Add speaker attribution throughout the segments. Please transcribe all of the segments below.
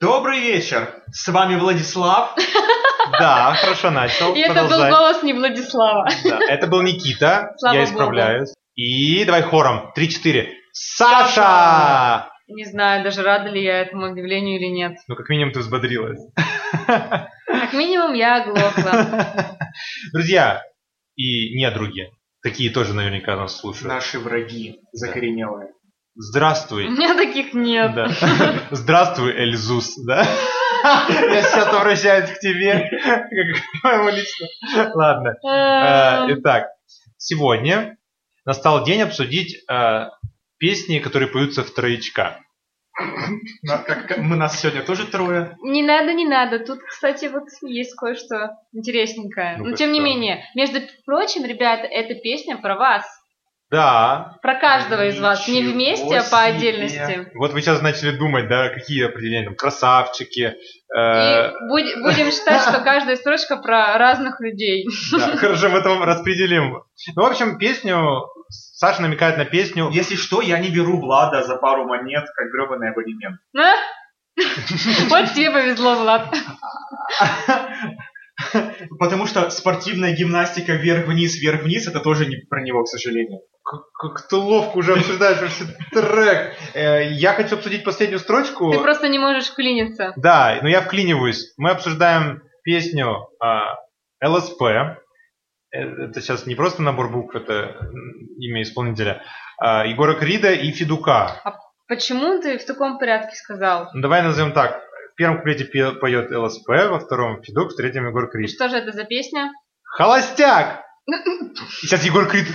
Speaker 1: Добрый вечер! С вами Владислав.
Speaker 2: Да, хорошо начал.
Speaker 3: И это был
Speaker 2: Продолжай.
Speaker 3: голос не Владислава.
Speaker 2: Да, это был Никита.
Speaker 3: Слава
Speaker 2: Я
Speaker 3: богу.
Speaker 2: исправляюсь. И давай хором. Три-четыре. Саша!
Speaker 3: Не знаю, даже рада ли я этому объявлению или нет.
Speaker 2: Ну, как минимум, ты взбодрилась.
Speaker 3: Как минимум, я оглохла.
Speaker 2: Друзья и недруги, такие тоже наверняка нас слушают.
Speaker 1: Наши враги закоренелые.
Speaker 3: У
Speaker 2: Здравствуй.
Speaker 3: меня таких нет.
Speaker 2: Да. Здравствуй, Эльзус, да? Я сейчас обращаюсь к тебе, как к моему лично. Ладно. Э,
Speaker 3: Эм,
Speaker 2: Итак, сегодня настал день обсудить э, песни, которые поются в троечка.
Speaker 1: На- как- как- Мы нас сегодня тоже трое.
Speaker 3: Не надо, не надо. Тут, кстати, вот есть кое-что интересненькое.
Speaker 2: Ну-ка,
Speaker 3: Но тем не
Speaker 2: что?
Speaker 3: менее, между прочим, ребята, эта песня про вас.
Speaker 2: Да,
Speaker 3: Про каждого из вас. Не
Speaker 1: Ничего
Speaker 3: вместе, а
Speaker 1: себе.
Speaker 3: по отдельности.
Speaker 2: вот вы сейчас начали думать, да, какие определения, там, красавчики.
Speaker 3: И
Speaker 2: э,
Speaker 3: будь- будем считать, что каждая строчка про разных людей.
Speaker 2: да, Хорошо, потом распределим. Ну, в общем, песню, Саша намекает на песню.
Speaker 1: Если что, я не беру Влада за пару монет, как гребаный абонемент.
Speaker 3: А? Вот тебе повезло, Влад.
Speaker 1: Потому что спортивная гимнастика вверх-вниз, вверх-вниз, это тоже не про него, к сожалению.
Speaker 2: Как- Как ты ловко уже обсуждаешь вообще трек. Э, Я хочу обсудить последнюю строчку.
Speaker 3: Ты просто не можешь клиниться.
Speaker 2: Да, но я вклиниваюсь. Мы обсуждаем песню а, ЛСП. Э, Это сейчас не просто набор букв, это м, имя исполнителя. А, Егора Крида и Федука.
Speaker 3: Почему ты в таком порядке сказал?
Speaker 2: Ну, давай назовем так. В первом куплете пе- поет ЛСП, во втором Федук, в третьем Егор
Speaker 3: И
Speaker 2: Крид.
Speaker 3: что же это за песня?
Speaker 2: Холостяк! И Сейчас Егор Крид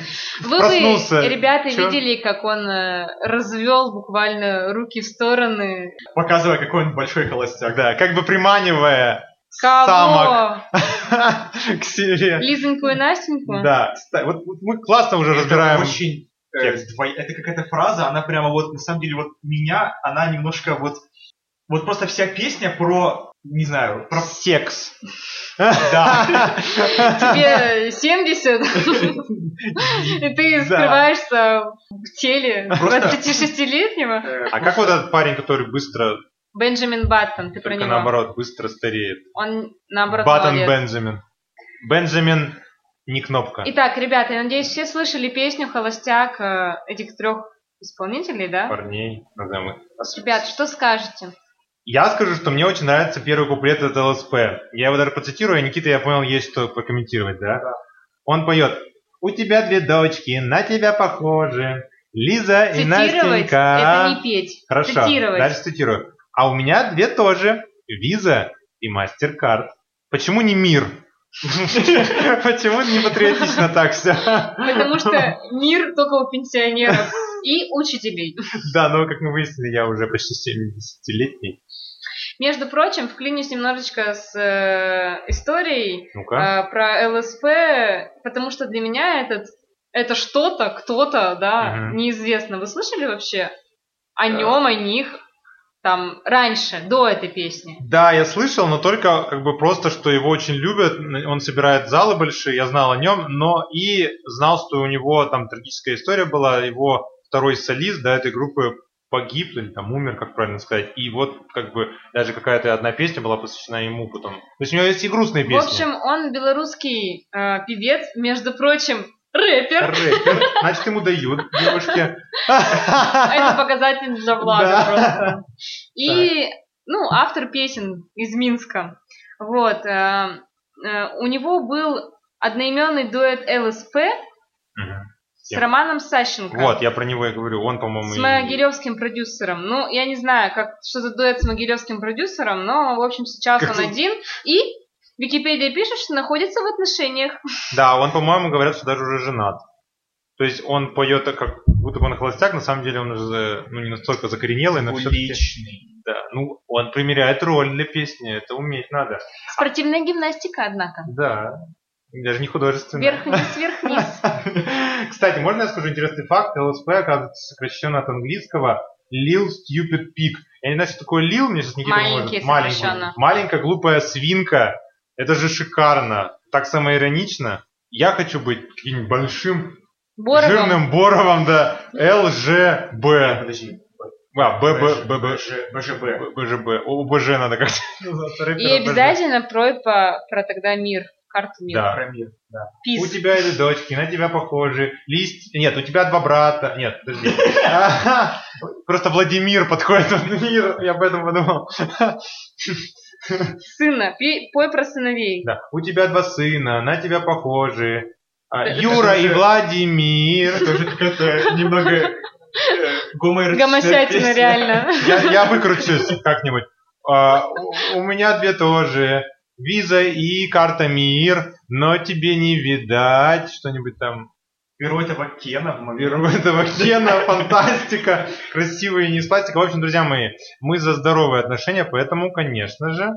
Speaker 3: Вы
Speaker 2: Проснулся.
Speaker 3: бы, ребята,
Speaker 2: Чё?
Speaker 3: видели, как он э, развел буквально руки в стороны.
Speaker 1: Показывая, какой он большой холостяк.
Speaker 2: да, как бы приманивая
Speaker 3: Кого?
Speaker 2: самок к себе.
Speaker 3: Лизоньку и Настеньку?
Speaker 2: Да, кстати, вот вот мы классно уже разбираем.
Speaker 1: Это очень... э,
Speaker 2: текст.
Speaker 1: двой- Это какая-то фраза, она прямо вот, на самом деле, вот меня, она немножко вот... Вот просто вся песня про, не знаю, про...
Speaker 2: секс.
Speaker 1: Да.
Speaker 3: Тебе 70, и ты
Speaker 2: Да.
Speaker 3: скрываешься в теле
Speaker 1: Просто-
Speaker 3: 26-летнего?
Speaker 1: Э,
Speaker 2: А как вот этот парень, который быстро
Speaker 3: Бенджамин Баттон, ты про
Speaker 2: Только
Speaker 3: него.
Speaker 2: наоборот, быстро стареет.
Speaker 3: Он наоборот
Speaker 2: Баттон
Speaker 3: молодец.
Speaker 2: Бенджамин. Бенджамин не кнопка.
Speaker 3: Итак, ребята, я надеюсь, все слышали песню «Холостяк» э, этих трех исполнителей, да?
Speaker 2: Парней, назовем их.
Speaker 3: Ребят, что скажете?
Speaker 2: Я скажу, что мне очень нравится первый куплет от ЛСП. Я его даже процитирую, а Никита, я понял, есть что прокомментировать, да?
Speaker 1: Да.
Speaker 2: Он поет «У тебя две дочки, на тебя похожи, Лиза и
Speaker 3: Цитировать
Speaker 2: Настенька».
Speaker 3: это не петь.
Speaker 2: Хорошо,
Speaker 3: Цитировать.
Speaker 2: дальше цитирую. А у меня две тоже. Виза и Мастеркард. Почему не мир? Почему не патриотично так все?
Speaker 3: Потому что мир только у пенсионеров и учителей.
Speaker 2: Да, но как мы выяснили, я уже почти 70-летний.
Speaker 3: Между прочим, вклинюсь немножечко с э, историей
Speaker 2: Ну-ка.
Speaker 3: э, про ЛСП, потому что для меня этот это что-то, кто-то, да,
Speaker 2: Мгм.
Speaker 3: неизвестно. Вы слышали вообще
Speaker 1: Да.
Speaker 3: о нем, о них там раньше, до этой песни?
Speaker 2: Да, я слышал, но только как бы просто, что его очень любят, он собирает залы большие, я знал о нем, но и знал, что у него там трагическая история была, его второй солист, да, этой группы погиб или там умер, как правильно сказать, и вот как бы даже какая-то одна песня была посвящена ему потом. То есть у него есть и грустные песни.
Speaker 3: В общем, он белорусский э, певец, между прочим, рэпер.
Speaker 2: Рэпер, значит, ему дают девушки.
Speaker 3: А Это показатель для Влада
Speaker 2: Да.
Speaker 3: ну просто. И, ну, автор песен из Минска. Вот. э, э, У него был одноименный дуэт ЛСП
Speaker 2: Мгм.
Speaker 3: с
Speaker 2: Кем?
Speaker 3: Романом Сащенко.
Speaker 2: Вот, я про него и говорю, он, по-моему,
Speaker 3: С
Speaker 2: и-
Speaker 3: могилевским продюсером. Ну, я не знаю, как, что за дуэт с могилевским продюсером, но, в общем, сейчас
Speaker 2: Как
Speaker 3: он
Speaker 2: ты-
Speaker 3: один. И Википедия пишет, что находится в отношениях.
Speaker 2: Да, он, по-моему, говорят, что даже уже женат. То есть он поет так, как будто бы он холостяк, на самом деле он уже ну, не настолько закоренелый, но все-таки...
Speaker 1: Уличный.
Speaker 2: Да, ну, он примеряет роль для песни, это уметь надо.
Speaker 3: Спортивная гимнастика, однако.
Speaker 2: Да, даже не художественно.
Speaker 3: Вверх-вниз, вверх-вниз.
Speaker 2: Кстати, можно я скажу интересный факт? ЛСП, оказывается, сокращенно от английского Lil Stupid Pig. Я не знаю, что такое Lil, мне сейчас Никита
Speaker 3: Маленький,
Speaker 2: может.
Speaker 3: сокращенно.
Speaker 2: Маленькая глупая свинка. Это же шикарно. Так самоиронично. Я хочу быть каким-нибудь большим
Speaker 3: Боровым.
Speaker 2: Жирным Боровым, да. ЛЖБ.
Speaker 1: Подожди.
Speaker 2: А, ББ, ББ,
Speaker 4: БЖБ.
Speaker 2: БЖБ. О, БЖ надо как-то.
Speaker 3: И обязательно прой по, про тогда мир, карту мира.
Speaker 2: Да.
Speaker 4: Про мир, да.
Speaker 2: У
Speaker 3: Peace.
Speaker 2: тебя или дочки, на тебя похожи. Листь. Нет, у тебя два брата. Нет, подожди. Ага. Просто Владимир подходит в мир. Я об этом подумал.
Speaker 3: Сына. Пи- Пой про сыновей.
Speaker 2: Да. У тебя два сына, на тебя похожи. А,
Speaker 3: Э, Это
Speaker 2: Юра и
Speaker 4: же-
Speaker 2: Владимир.
Speaker 4: Тоже какая-то немного э, гомоэротичная
Speaker 3: Гомосятина
Speaker 4: песня.
Speaker 3: реально.
Speaker 2: Я, я выкручусь как-нибудь. А, у, у меня две тоже. Виза и карта МИР, но тебе не видать что-нибудь там.
Speaker 4: Беру этого Кена в момент.
Speaker 2: Веру этого Кена, фантастика, красивые не из пластика. В общем, друзья мои, мы за здоровые отношения, поэтому, конечно же,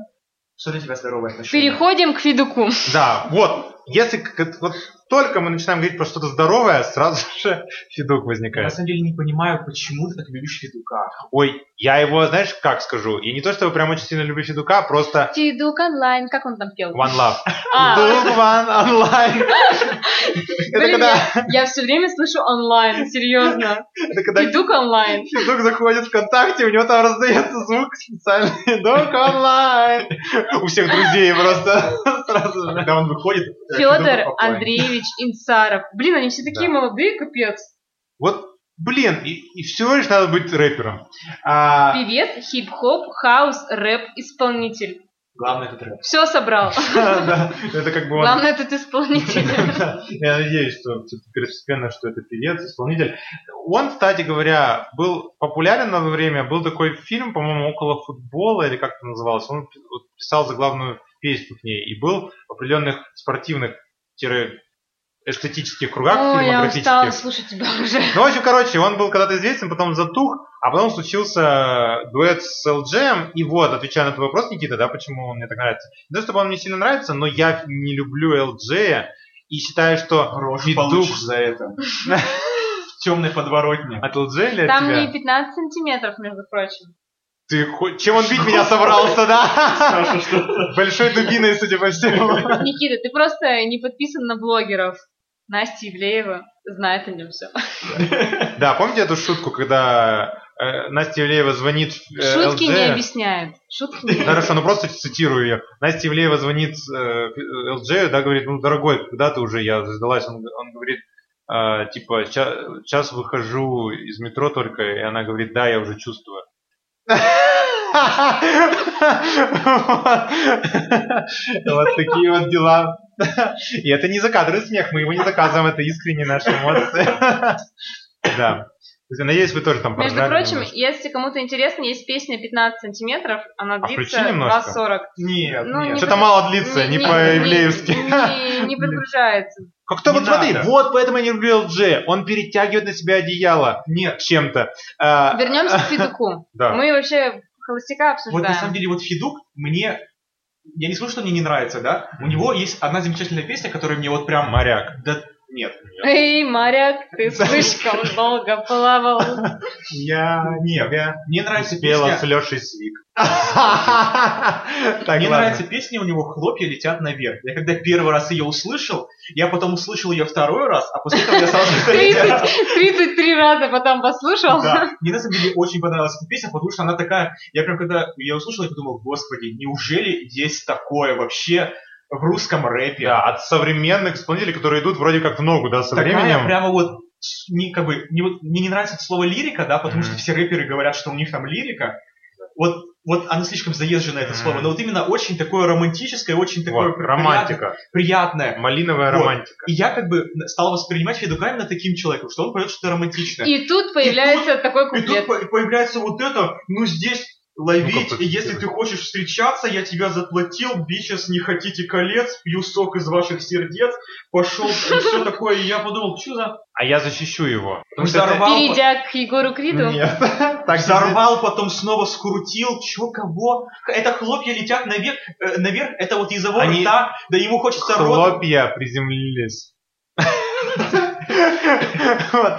Speaker 4: Что для тебя здоровое отношение?
Speaker 3: Переходим к Федуку.
Speaker 2: да, вот, если к- вот только мы начинаем говорить про что-то здоровое, сразу же фидук
Speaker 4: Я на
Speaker 2: возникает.
Speaker 4: самом деле не понимаю, почему ты так любишь Федука.
Speaker 2: Ой, я его, знаешь, как скажу, и не то, чтобы прям очень сильно люблю фидука, просто
Speaker 3: Федук онлайн. Как он там пел?
Speaker 2: one love.
Speaker 3: А,
Speaker 2: Фидук one online. Это
Speaker 3: блин,
Speaker 2: когда,
Speaker 3: я все время слышу онлайн, серьезно.
Speaker 2: это когда
Speaker 3: Федук онлайн.
Speaker 2: Федук заходит ВКонтакте, у него там раздается звук специальный. Федук онлайн. У всех друзей просто сразу же.
Speaker 4: Когда он выходит... э, Федук
Speaker 3: Федор
Speaker 4: попадает.
Speaker 3: Андреевич Инсаров. Блин, они все такие
Speaker 2: Да.
Speaker 3: молодые, капец.
Speaker 2: Вот, блин, и, и всего лишь надо быть рэпером. А,
Speaker 3: Певец, хип-хоп, хаос, рэп, исполнитель.
Speaker 4: Главное, это рэп.
Speaker 3: Все собрал.
Speaker 2: да, это как бы он...
Speaker 3: Главное, этот исполнитель.
Speaker 2: Да, Я надеюсь, что всё-таки первостепенно, что это певец, исполнитель. Он, кстати говоря, был популярен на то время. Был такой фильм, по-моему, около футбола, или как это называлось. Он пи- вот писал заглавную песню к ней. И был в определенных спортивных тире, эстетических кругах
Speaker 3: Ой, я устала
Speaker 2: кинематографических.
Speaker 3: слушать тебя уже.
Speaker 2: Ну, в общем, короче, он был когда-то известен, потом затух, а потом случился дуэт с LGM. И вот, отвечая на твой вопрос, Никита, да, почему он мне так нравится. Не то, чтобы он мне сильно нравится, но я не люблю LG и считаю, что
Speaker 4: Рожу
Speaker 2: Федук.
Speaker 4: получишь за это. В темной подворотне.
Speaker 2: от LG или от
Speaker 3: Там
Speaker 2: тебя?
Speaker 3: не 15 сантиметров, между прочим.
Speaker 2: Ты хо- Чем он бить меня собрался, да?
Speaker 4: Хорошо, что...
Speaker 2: Большой дубиной, судя по всему.
Speaker 3: Никита, ты просто не подписан на блогеров. Настя Ивлеева знает о нем все.
Speaker 2: Да, помните эту шутку, когда э, Настя Евлеева звонит э,
Speaker 3: Шутки
Speaker 2: LG?
Speaker 3: не объясняют. Шутки не
Speaker 2: Да, Хорошо, ну просто цитирую ее. Настя Евлеева звонит э, LJ, да, говорит, ну, дорогой, когда ты уже, я сдалась. Он, он говорит, э, типа, сейчас выхожу из метро только, и она говорит, да, я уже чувствую. Вот такие вот дела. И это не закадровый смех, мы его не заказываем, это искренние наши эмоции. Да. Надеюсь, вы тоже там
Speaker 3: Между
Speaker 2: поржали
Speaker 3: прочим,
Speaker 2: немножко.
Speaker 3: если кому-то интересно, есть песня 15 сантиметров, она
Speaker 2: включи
Speaker 3: длится
Speaker 2: А немножко.
Speaker 3: 2,40.
Speaker 4: Нет,
Speaker 3: Ну, не
Speaker 4: нет.
Speaker 2: Что-то мало длится, не по-евлеевски.
Speaker 3: Не, не подгружается.
Speaker 2: Как-то
Speaker 4: Не
Speaker 2: вот смотри,
Speaker 4: надо.
Speaker 2: вот поэтому я не люблю LG. Он перетягивает на себя одеяло
Speaker 4: Нет.
Speaker 2: чем-то. А,
Speaker 3: Вернемся к Федуку.
Speaker 2: да.
Speaker 3: Мы вообще холостяка
Speaker 4: Вот на самом
Speaker 3: обсуждаем.
Speaker 4: деле вот Федук мне... Я не скажу, что мне не нравится, да? У него есть одна замечательная песня, которая мне вот прям...
Speaker 2: Моряк.
Speaker 4: Да нет.
Speaker 3: Эй, моряк, ты слишком долго плавал.
Speaker 2: Я
Speaker 4: Нет. Мне нравится
Speaker 2: успела
Speaker 4: песня...
Speaker 2: с Лешей Свик. Так,
Speaker 4: Мне
Speaker 2: ладно.
Speaker 4: нравится песня у него «Хлопья летят наверх». Я когда первый раз ее услышал, я потом услышал ее второй раз, а после этого я сразу...
Speaker 3: 30, 33 раза потом послушал.
Speaker 4: Да, мне на самом деле очень понравилась эта песня, потому что она такая... Я прям когда я услышал, я подумал, господи, неужели есть такое вообще в русском рэпе?
Speaker 2: Да, от современных исполнителей, которые идут вроде как в ногу, да, со
Speaker 4: Такая
Speaker 2: временем.
Speaker 4: прямо вот с- не, как бы, не, вот- мне не нравится это слово лирика, да, потому
Speaker 2: Мгм.
Speaker 4: что все рэперы говорят, что у них там лирика. Вот, вот оно слишком заезжено, это
Speaker 2: Мгм.
Speaker 4: слово. Но вот именно очень такое романтическое, очень такое
Speaker 2: Вот, романтика.
Speaker 4: приятно- приятное.
Speaker 2: Малиновая
Speaker 4: Вот.
Speaker 2: романтика.
Speaker 4: И я как бы стал воспринимать Федука именно таким человеком, что он поет что-то романтичное. И,
Speaker 3: И тут появляется такой
Speaker 4: тут
Speaker 3: куплет.
Speaker 4: по- появляется вот это, ну здесь ловить,
Speaker 2: Ну-ка,
Speaker 4: и если ты хочешь встречаться, я тебя заплатил, бичес, не хотите колец, пью сок из ваших сердец, пошел, и все такое, и я подумал, что за...
Speaker 2: А я защищу его. Потому что это-
Speaker 4: Взорвал,
Speaker 3: Перейдя к Егору Криду,
Speaker 2: Нет. Так
Speaker 4: взорвал, потом снова скрутил, чё, кого? Это хлопья летят наверх, э, наверх это вот из его
Speaker 2: Они-
Speaker 4: рта, да ему хочется рот.
Speaker 2: Хлопья приземлились. Вот.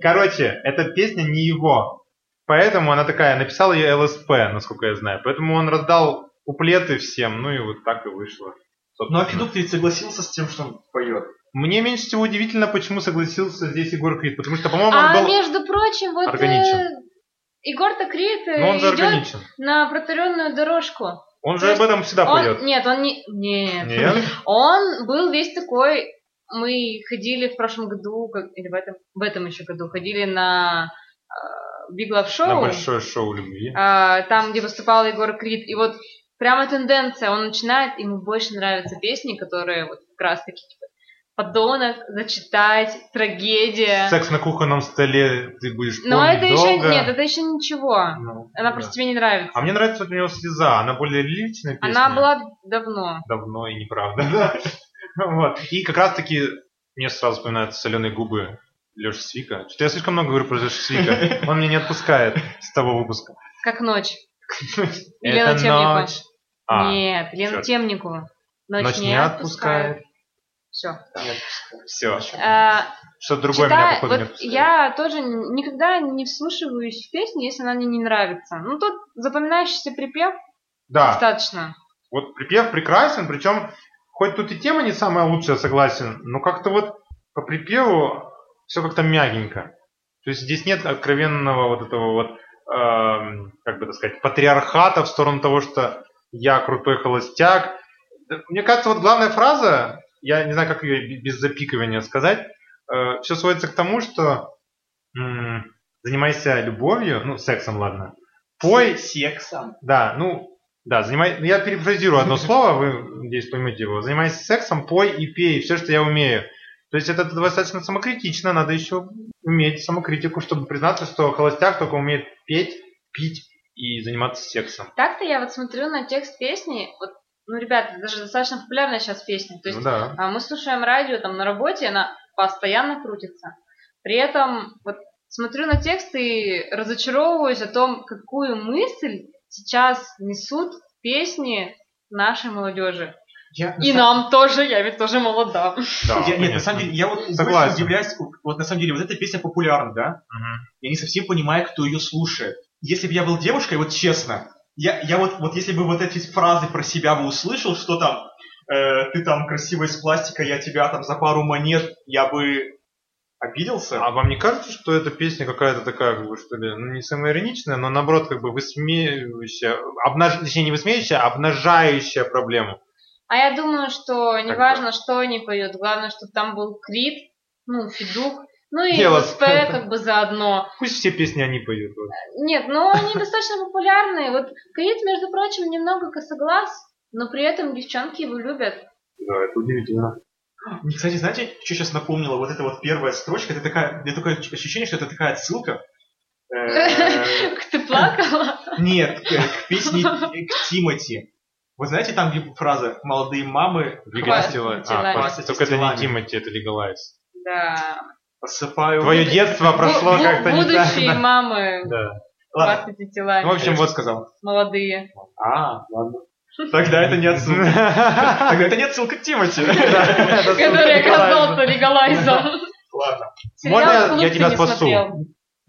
Speaker 2: Короче, эта песня не его. Поэтому она такая, написал ее ЛСП, насколько я знаю. Поэтому он раздал куплеты всем, ну и вот так и вышло.
Speaker 4: Ну а
Speaker 2: собственно.
Speaker 4: Федук ты ведь согласился с тем, что он поет?
Speaker 2: Мне меньше всего удивительно, почему согласился здесь Егор Крид, потому что, по-моему, он
Speaker 3: А
Speaker 2: был...
Speaker 3: между прочим, вот э,
Speaker 2: органичен.
Speaker 3: И Горта Крид э,
Speaker 2: Но он же
Speaker 3: идет
Speaker 2: органичен.
Speaker 3: на протаренную дорожку.
Speaker 2: Он
Speaker 3: То
Speaker 2: же
Speaker 3: есть
Speaker 2: об этом всегда
Speaker 3: Он-
Speaker 2: поет.
Speaker 3: Нет, он не... Нет.
Speaker 2: Нет?
Speaker 3: Он был весь такой... Мы ходили в прошлом году, как- или в этом, в этом еще году, ходили на э, Big Love Show.
Speaker 2: На большое шоу любви.
Speaker 3: а, там, где выступал Егор Крид. И вот прямо тенденция, он начинает, ему больше нравятся песни, которые вот как раз таки типа, подонок, зачитать, трагедия.
Speaker 2: Секс на кухонном столе ты будешь
Speaker 3: Но
Speaker 2: помнить
Speaker 3: это еще
Speaker 2: долго.
Speaker 3: нет, это еще ничего.
Speaker 2: Ну,
Speaker 3: Она
Speaker 2: да.
Speaker 3: просто тебе не нравится.
Speaker 2: А мне нравится вот у него слеза, она более лиричная песня.
Speaker 3: Она была давно.
Speaker 2: давно и неправда. да. Вот. И как раз таки мне сразу вспоминаются соленые губы Леши Свика. Что-то я слишком много говорю про Леши Свика. Он меня не отпускает с того выпуска.
Speaker 3: Как ночь. Елена
Speaker 2: Это
Speaker 3: Темникова.
Speaker 2: ночь. А,
Speaker 3: Нет, Лена
Speaker 2: чёрт.
Speaker 3: Темникова. Ночь,
Speaker 2: ночь не отпускает.
Speaker 3: Все.
Speaker 2: Все. Что-то другое меня,
Speaker 3: Э, Читаю,
Speaker 2: походу, не
Speaker 3: А, вот
Speaker 2: отпускает.
Speaker 3: я тоже н- никогда не вслушиваюсь в песню, если она мне не нравится. Ну, тут запоминающийся припев
Speaker 2: Да,
Speaker 3: достаточно.
Speaker 2: Вот припев прекрасен, причем хоть тут и тема не самая лучшая, согласен, но как-то вот по припеву все как-то мягенько. То есть здесь нет откровенного вот этого вот, эм, как бы так сказать, патриархата в сторону того, что я крутой холостяк. Да, Мне кажется, вот главная фраза, я не знаю, как ее б- без запикивания сказать, все сводится к тому, что м, занимайся любовью, ну, сексом, ладно, пой
Speaker 4: Сексом.
Speaker 2: да, ну, да, занимай... ну, я перефразирую одно слово, вы здесь поймете его. Занимайся сексом, пой и пей, все, что я умею. То есть это достаточно самокритично, надо еще уметь самокритику, чтобы признаться, что холостяк только умеет петь, пить и заниматься сексом.
Speaker 3: Так-то я вот смотрю на текст песни. Вот, ну, ребята, даже достаточно популярная сейчас песня. То есть
Speaker 2: Ну да.
Speaker 3: а, мы слушаем радио там на работе, она постоянно крутится. При этом вот смотрю на текст и разочаровываюсь о том, какую мысль сейчас несут песни нашей молодежи.
Speaker 4: Я,
Speaker 3: И нам тоже, я ведь тоже молода.
Speaker 2: да
Speaker 4: Я- нет,
Speaker 2: конечно.
Speaker 4: на самом деле, я вот
Speaker 2: Согласен.
Speaker 4: Согласен. удивляюсь, вот на самом деле, вот эта песня популярна, да?
Speaker 2: Мгм.
Speaker 4: Я не совсем понимаю, кто ее слушает. Если бы я был девушкой, вот честно, я, я вот, вот если бы вот эти фразы про себя бы услышал, что там, э, ты там красивая из пластика, я тебя там за пару монет, я бы обиделся.
Speaker 2: А вам не кажется, что эта песня какая-то такая, как бы, что ли, ну, не самоироничная, но наоборот, как бы высмеивающая, обнаж... точнее, не высмеивающая, а обнажающая проблему?
Speaker 3: А я думаю, что
Speaker 2: Как
Speaker 3: неважно, что они поют, главное, чтобы там был Крит, ну, Федук, ну и
Speaker 2: Дело.
Speaker 3: ЛСП как бы заодно.
Speaker 2: Пусть все песни они поют. вот.
Speaker 3: Нет, но они достаточно популярные. Вот Крит, между прочим, немного косоглаз, но при этом девчонки его любят.
Speaker 2: Да, это удивительно.
Speaker 4: Мне, кстати, знаете, что сейчас напомнило? Вот эта вот первая строчка, это такая, я такое ощущение, что это такая отсылка. э,
Speaker 3: Ты плакала?
Speaker 4: Нет, к, к песне к Тимати. Вы знаете, там где фраза «молодые мамы
Speaker 2: Лига
Speaker 3: Хватит
Speaker 2: Стила- а,
Speaker 3: Стилами.
Speaker 2: хватит, Только это не Тимати, это Лигалайз.
Speaker 3: Да.
Speaker 4: посыпаю...»
Speaker 2: Твое детство прошло
Speaker 3: Ну, Бу- бу-
Speaker 2: как-то не так.
Speaker 3: Будущие мамы
Speaker 2: Да.
Speaker 4: Ладно,
Speaker 3: 20
Speaker 2: Ну, в
Speaker 3: телами,
Speaker 2: общем,
Speaker 4: я всё
Speaker 2: вот
Speaker 4: сказал.
Speaker 3: молодые.
Speaker 4: А, ладно. Тогда это не отсылка. Тогда
Speaker 2: отсылка.
Speaker 4: это не отсылка к Тимати.
Speaker 3: Который оказался легалайзом.
Speaker 4: Ладно.
Speaker 3: Сериал
Speaker 2: Можно я-
Speaker 3: «Клуб»
Speaker 2: я
Speaker 3: ты
Speaker 2: тебя
Speaker 3: не
Speaker 2: спасу?
Speaker 3: смотрел?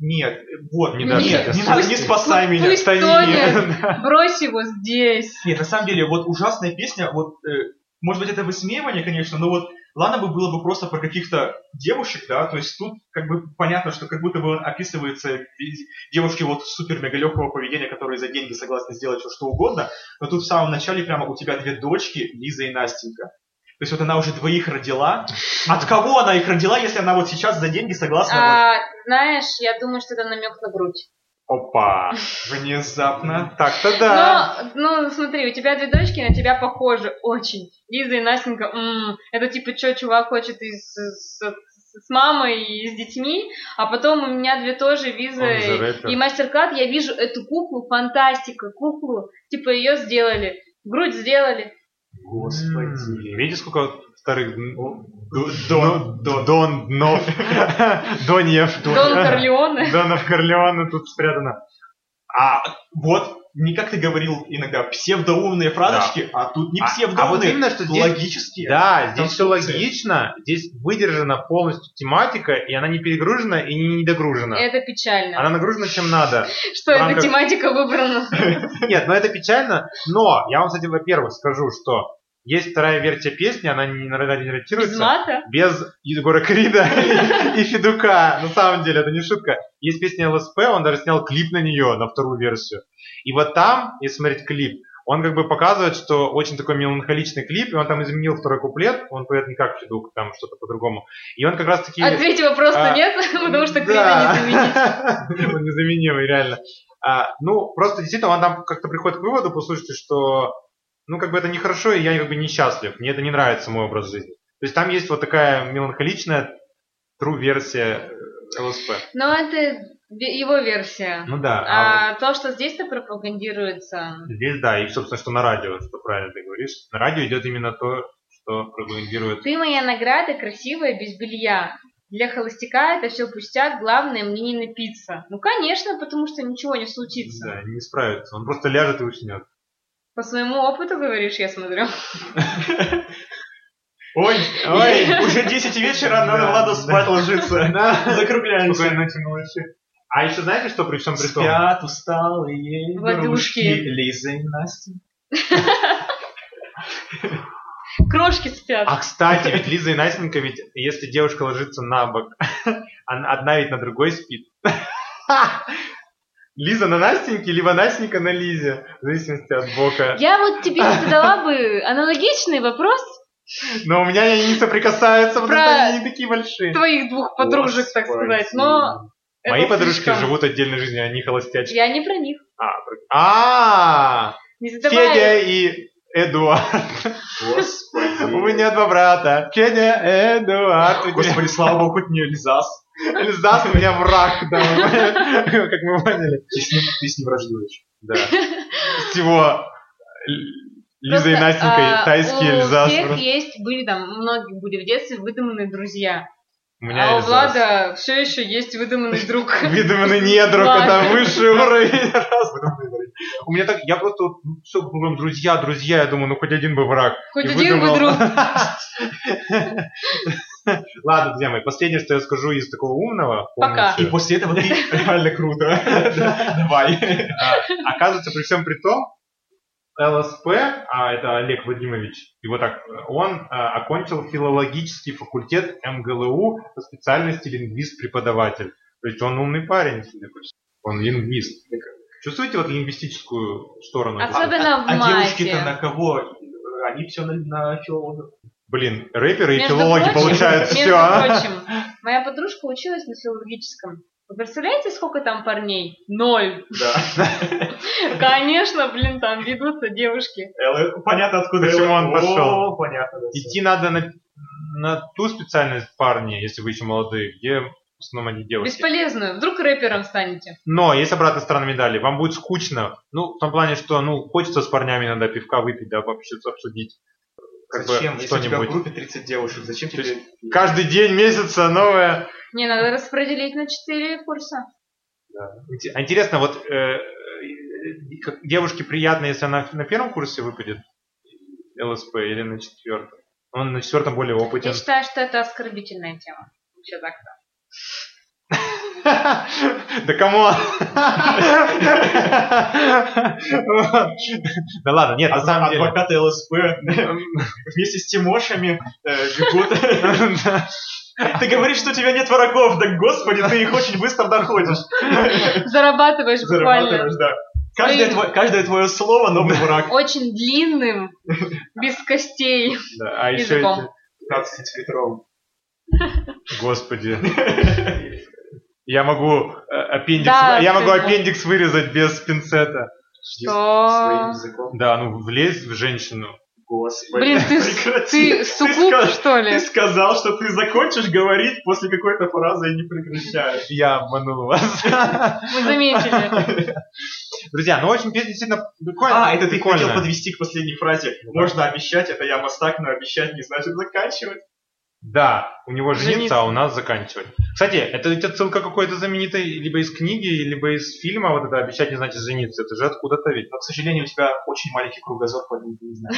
Speaker 4: Нет, вот,
Speaker 2: Не
Speaker 4: не
Speaker 2: дашь
Speaker 4: Нет,
Speaker 2: мне
Speaker 4: не надо, не
Speaker 2: отсылки.
Speaker 4: спасай меня.
Speaker 3: Пусть тонет. Брось его здесь.
Speaker 4: Нет, на самом деле, вот ужасная песня, вот, э, может быть, это высмеивание, конечно, но вот ладно бы было бы просто про каких-то девушек, да, то есть тут как бы понятно, что как будто бы описывается весь- девушки вот супер-мега легкого поведения, которые за деньги согласны сделать все что угодно, но тут в самом начале прямо у тебя две дочки, Лиза и Настенька. То есть вот она уже двоих родила. От кого она их родила, если она вот сейчас за деньги согласна?
Speaker 3: А, знаешь, я думаю, что это намек на грудь.
Speaker 2: Опа.
Speaker 4: вот Внезапно.
Speaker 2: Так-то да.
Speaker 3: Но, ну, смотри, у тебя две дочки на тебя похожи очень. Лиза и Настенька, м, это типа, что чувак хочет и с, с- с мамой, и с детьми, а потом у меня две тоже, Виза
Speaker 2: Он же
Speaker 3: и,
Speaker 2: рэпер.
Speaker 3: И мастер-клад, я вижу эту куклу, фантастика, куклу, типа ее сделали, грудь сделали.
Speaker 2: М, Видишь, сколько старых дн-
Speaker 4: Дон-
Speaker 2: дно-
Speaker 4: Дон-
Speaker 2: Дон Днов. Доньев.
Speaker 3: Дон Корлеоне.
Speaker 2: Донов Корлеона тут спрятано.
Speaker 4: А вот, не как ты говорил иногда, псевдоумные фразочки, а тут не
Speaker 2: А-
Speaker 4: псевдоумные,
Speaker 2: а вот именно, что здесь-
Speaker 4: логические.
Speaker 2: Да, здесь все
Speaker 4: Конструкция.
Speaker 2: логично, здесь выдержана полностью тематика, и она не перегружена и не недогружена.
Speaker 3: Это печально,
Speaker 2: Она нагружена чем надо.
Speaker 3: что
Speaker 2: в
Speaker 3: эта
Speaker 2: рамках-
Speaker 3: тематика выбрана.
Speaker 2: Нет, ну это печально, но я вам, кстати, во-первых, скажу, что Есть вторая версия песни, она не
Speaker 3: Без
Speaker 2: редактируется.
Speaker 3: мата?
Speaker 2: Без Егора Крида и Федука. На самом деле, это не шутка. Есть песня ЛСП, он даже снял клип на нее, на вторую версию. И вот там, если смотреть клип, он как бы показывает, что очень такой меланхоличный клип, и он там изменил второй куплет, он поет не как Федук, там что-то по-другому. И он как раз таки...
Speaker 3: А третьего просто
Speaker 2: А,
Speaker 3: нет, потому что Крида
Speaker 2: Да.
Speaker 3: не заменить.
Speaker 2: Он незаменимый, реально. А, ну, просто действительно, он там как-то приходит к выводу, послушайте, что ну, как бы это нехорошо, и я как бы несчастлив. Мне это не нравится, мой образ жизни. То есть там есть вот такая меланхоличная true-версия ЛСП.
Speaker 3: Но это ве- его версия.
Speaker 2: Ну да. А...
Speaker 3: А то, что здесь-то пропагандируется,
Speaker 2: вот Здесь, да, и, собственно, что на радио, что правильно ты говоришь. На радио идет именно то, что пропагандирует.
Speaker 3: Ты моя награда, красивая, без белья. Для холостяка это все пустяк, главное мне не напиться. Ну, конечно, потому что ничего не случится.
Speaker 2: Да, не справится. Он просто ляжет и уснет.
Speaker 3: По своему опыту говоришь, я смотрю.
Speaker 4: Ой, ой, уже 10 вечера, надо
Speaker 2: Да,
Speaker 4: Владу
Speaker 2: да.
Speaker 4: спать ложиться. Закругляемся.
Speaker 2: Спокойной ночи, малыши. А еще знаете, что при всем при том?
Speaker 4: Спят усталые
Speaker 3: Владушки.
Speaker 4: игрушки Лиза и Настя.
Speaker 3: Крошки спят.
Speaker 2: А кстати, ведь Лиза и Настенька, ведь если девушка ложится на бок, она- одна ведь на другой спит. Лиза на Настеньке, либо Настенька на Лизе, в зависимости от бока.
Speaker 3: Я вот тебе задала бы аналогичный вопрос
Speaker 2: Но у меня они не соприкасаются, потому
Speaker 3: Про-
Speaker 2: что они не такие большие.
Speaker 3: твоих двух подружек, так сказать, но... это
Speaker 2: Мои подружки
Speaker 3: слишком.
Speaker 2: живут отдельной жизнью, они холостячки.
Speaker 3: Я не про них.
Speaker 2: А,
Speaker 3: Не задавай.
Speaker 2: Федя и Эдуард. У меня два брата. Федя, Эдуард. У тебя-
Speaker 4: Господи, слава богу, хоть не Лизас.
Speaker 2: Эльзас у меня враг, да, как мы поняли.
Speaker 4: Ты с ним, ты с ним враждуешь.
Speaker 2: Да. Всего Л- Лиза и
Speaker 3: Просто,
Speaker 2: Настенька,
Speaker 3: а,
Speaker 2: и тайский
Speaker 3: У
Speaker 2: Эльзас.
Speaker 3: всех
Speaker 2: просто.
Speaker 3: есть, были там, у многих были в детстве выдуманные друзья.
Speaker 2: У
Speaker 3: а
Speaker 2: меня
Speaker 3: у
Speaker 2: Эльзас.
Speaker 3: Влада все еще есть выдуманный друг.
Speaker 2: Видуманный недруг, это
Speaker 3: Влад.
Speaker 2: высший уровень. Раз. У меня так, я просто ну, все, друзья, друзья, я думаю, ну хоть один бы враг.
Speaker 3: Хоть
Speaker 2: И
Speaker 3: один бы
Speaker 2: выдумал.
Speaker 3: друг.
Speaker 2: Ладно, друзья мои, последнее, что я скажу из такого умного.
Speaker 3: Пока.
Speaker 4: И
Speaker 2: помните,
Speaker 4: после этого ты реально круто. Да, Давай.
Speaker 2: А, Оказывается, при всем при том, ЛСП, а это Олег Владимирович, его так, он а, окончил филологический факультет МГЛУ по специальности лингвист-преподаватель. То есть он умный парень, судя по всему. Он лингвист. Чувствуете вот лингвистическую сторону?
Speaker 3: Особенно в
Speaker 4: А девушки-то
Speaker 3: мате.
Speaker 4: на кого? Они все на, на филологов.
Speaker 2: Блин, рэперы и
Speaker 3: Между
Speaker 2: филологи
Speaker 3: прочим-
Speaker 2: получают а?
Speaker 3: между
Speaker 2: все.
Speaker 3: прочим, моя подружка училась на филологическом. Вы представляете, сколько там парней? Ноль.
Speaker 4: Да.
Speaker 3: Конечно, блин, там ведутся девушки.
Speaker 4: Элла- э, Понятно, откуда
Speaker 2: Почему
Speaker 4: Элла.
Speaker 2: он пошел?
Speaker 4: О, понятно. да, всё.
Speaker 2: Идти надо на, на ту специальность парни, если вы еще молодые, где в основном они девушки.
Speaker 3: Бесполезную. Вдруг рэпером станете.
Speaker 2: Но есть обратная сторона медали. Вам будет скучно. Ну, в том плане, что ну хочется с парнями иногда пивка выпить, да, пообщаться, обсудить. Как бы
Speaker 4: Зачем? Если у тебя в
Speaker 2: что-нибудь.
Speaker 4: группе 30 девушек, зачем
Speaker 2: То есть
Speaker 4: тебе...
Speaker 2: Каждый день месяца новое.
Speaker 3: Не, надо распределить на четыре курса.
Speaker 2: Инте- а Интересно, вот э, э, как девушке приятно, если она на первом курсе выпадет ЛСП или на четвертом. Он на четвертом более опытен.
Speaker 3: Я считаю, что это оскорбительная тема. Вообще так.
Speaker 2: Да кому? Да ладно,
Speaker 4: а
Speaker 2: нет, на самом деле.
Speaker 4: Адвокаты ЛСП вместе с Тимошами э, бегут. Ты говоришь, что у тебя нет врагов, да господи, ты их очень быстро находишь.
Speaker 3: Зарабатываешь буквально
Speaker 4: Зарабатываешь, да. Каждое,
Speaker 3: Своим.
Speaker 4: тво- каждое твое слово новый враг.
Speaker 3: очень длинным, без костей.
Speaker 2: Да, А еще
Speaker 3: Языком.
Speaker 2: эти-
Speaker 4: 15 литров.
Speaker 2: Господи. Я могу э, аппендикс,
Speaker 3: Да,
Speaker 2: я могу
Speaker 3: ты-
Speaker 2: аппендикс вырезать без пинцета.
Speaker 4: Своим
Speaker 3: Что?
Speaker 4: языком.
Speaker 2: Да, ну влезь в женщину.
Speaker 4: Господи.
Speaker 3: Блин, ты,
Speaker 4: Прекрати.
Speaker 3: ты суккуб,
Speaker 4: сказ-
Speaker 3: что ли?
Speaker 4: Ты сказал, что ты закончишь говорить после какой-то фразы и не прекращаешь.
Speaker 2: Я обманул вас.
Speaker 3: Мы заметили.
Speaker 2: Друзья, ну очень песня действительно прикольная.
Speaker 4: А, это ты
Speaker 2: Прикольная.
Speaker 4: хотел подвести к последней фразе. Можно обещать, это я мастак, но обещать не значит заканчивать.
Speaker 2: Да, у него жениться,
Speaker 3: Жениться.
Speaker 2: а у нас заканчивать. Кстати, это ведь отсылка какой-то знаменитой, либо из книги, либо из фильма, вот это «Обещать не значит жениться», это же откуда-то ведь.
Speaker 4: Но, А, к сожалению, у тебя очень маленький кругозор, поэтому ты не знаешь.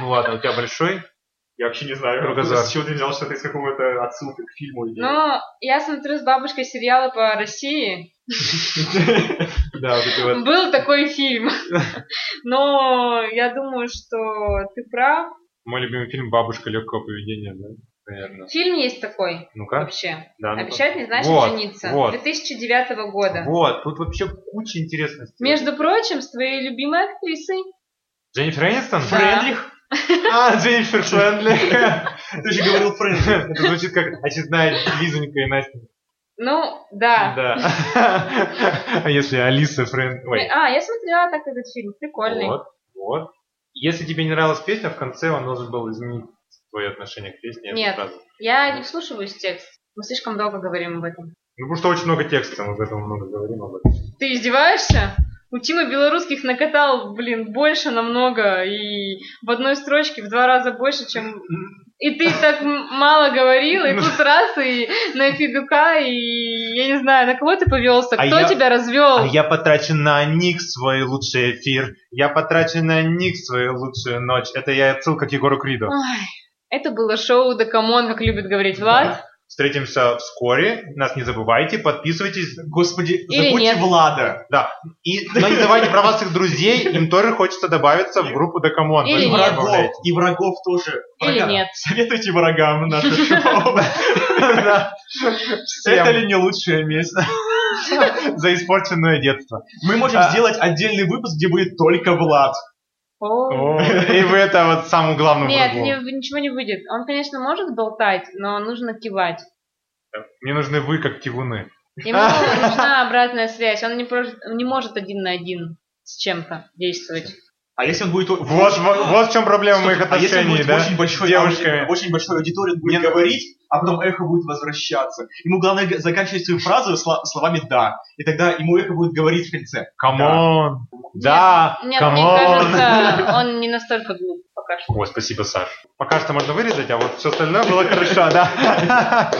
Speaker 2: Ну ладно, у тебя большой.
Speaker 4: Я вообще не знаю,
Speaker 2: Кругозор.
Speaker 4: с чего ты взял, что это из какого-то отсылки к фильму. или-
Speaker 3: Но я смотрю с бабушкой сериалы по России.
Speaker 2: Да, вот это вот.
Speaker 3: Был такой фильм. Но я думаю, что ты прав.
Speaker 2: Мой любимый фильм «Бабушка легкого поведения», да? Наверное.
Speaker 3: Фильм есть такой
Speaker 2: Ну-ка.
Speaker 3: вообще.
Speaker 2: Да, А ну-ка.
Speaker 3: Обещать не значит
Speaker 2: Вот,
Speaker 3: жениться.
Speaker 2: вот.
Speaker 3: 2009 года.
Speaker 2: Вот, тут вообще куча интересностей.
Speaker 3: Между прочим, с твоей любимой актрисой.
Speaker 2: Дженнифер Энистон?
Speaker 3: Да.
Speaker 4: Френдлих?
Speaker 2: А, Дженнифер Френдли.
Speaker 4: Ты же говорил Френдлих.
Speaker 2: Это звучит как очередная Лизонька и Настя.
Speaker 3: Ну, да.
Speaker 2: Да. А если Алиса Френд... Ой.
Speaker 3: А, я смотрела так этот фильм. Прикольный.
Speaker 2: Вот, вот. Если тебе не нравилась песня, в конце он должен был изменить твое отношение к песне. эту
Speaker 3: Нет.
Speaker 2: фразу.
Speaker 3: Я не вслушиваюсь в текст. Мы слишком долго говорим об этом.
Speaker 2: Ну, потому что очень много текста, мы поэтому много говорим об этом.
Speaker 3: Ты издеваешься? У Тима белорусских накатал, блин, больше намного. И в одной строчке в два раза больше, чем... И ты так м- мало говорил, и
Speaker 2: Ну.
Speaker 3: тут раз, и на Федука, и я не знаю, на кого ты повелся,
Speaker 2: А
Speaker 3: кто
Speaker 2: я-
Speaker 3: тебя развел.
Speaker 2: А я потрачу на них свой лучший эфир. Я потрачу на них свою лучшую ночь. Это я отсылка к Егору Криду.
Speaker 3: Ой, это было шоу Дакамон, как любит говорить Влад.
Speaker 2: Встретимся вскоре. Нас не забывайте. Подписывайтесь.
Speaker 4: Господи,
Speaker 3: Или
Speaker 4: забудьте
Speaker 3: нет.
Speaker 4: Влада.
Speaker 2: И, но не забывайте про ваших друзей. Им тоже хочется добавиться в группу Докамон.
Speaker 3: Или
Speaker 4: И
Speaker 3: нет.
Speaker 4: врагов, и врагов тоже.
Speaker 2: А
Speaker 3: Или
Speaker 4: Врага.
Speaker 3: нет.
Speaker 4: Советуйте врагам наше шоу.
Speaker 2: Да. Всем
Speaker 4: Это ли не лучшее место?
Speaker 2: за испорченное детство.
Speaker 4: Мы можем
Speaker 2: А.
Speaker 4: сделать отдельный выпуск, где будет только Влад.
Speaker 3: О.
Speaker 2: И вы это вот самому главному
Speaker 3: Нет,
Speaker 2: врагу.
Speaker 3: не- ничего не выйдет. Он, конечно, может болтать, но нужно кивать.
Speaker 2: Мне нужны вы, как тивуны.
Speaker 3: Ему нужна обратная связь. Он не, прож- не может один на один с чем-то действовать.
Speaker 4: А если он будет... о-
Speaker 2: Вот, во- вот в чем проблема моих
Speaker 4: А если он
Speaker 2: отношений,
Speaker 4: будет
Speaker 2: да?
Speaker 4: очень большой,
Speaker 2: с девушками.
Speaker 4: ауди- очень большой аудиторией, он будет
Speaker 2: Не- ну,
Speaker 4: говорить, а потом эхо будет возвращаться. Ему главное г- заканчивать свою фразу сла- словами «да». И тогда ему эхо будет говорить в конце.
Speaker 2: Камон. Да,
Speaker 3: Нет, мне
Speaker 2: камон.
Speaker 3: кажется, он не настолько глуп пока что.
Speaker 2: О, спасибо, Саш. Пока что можно вырезать, а вот все остальное было хорошо, да.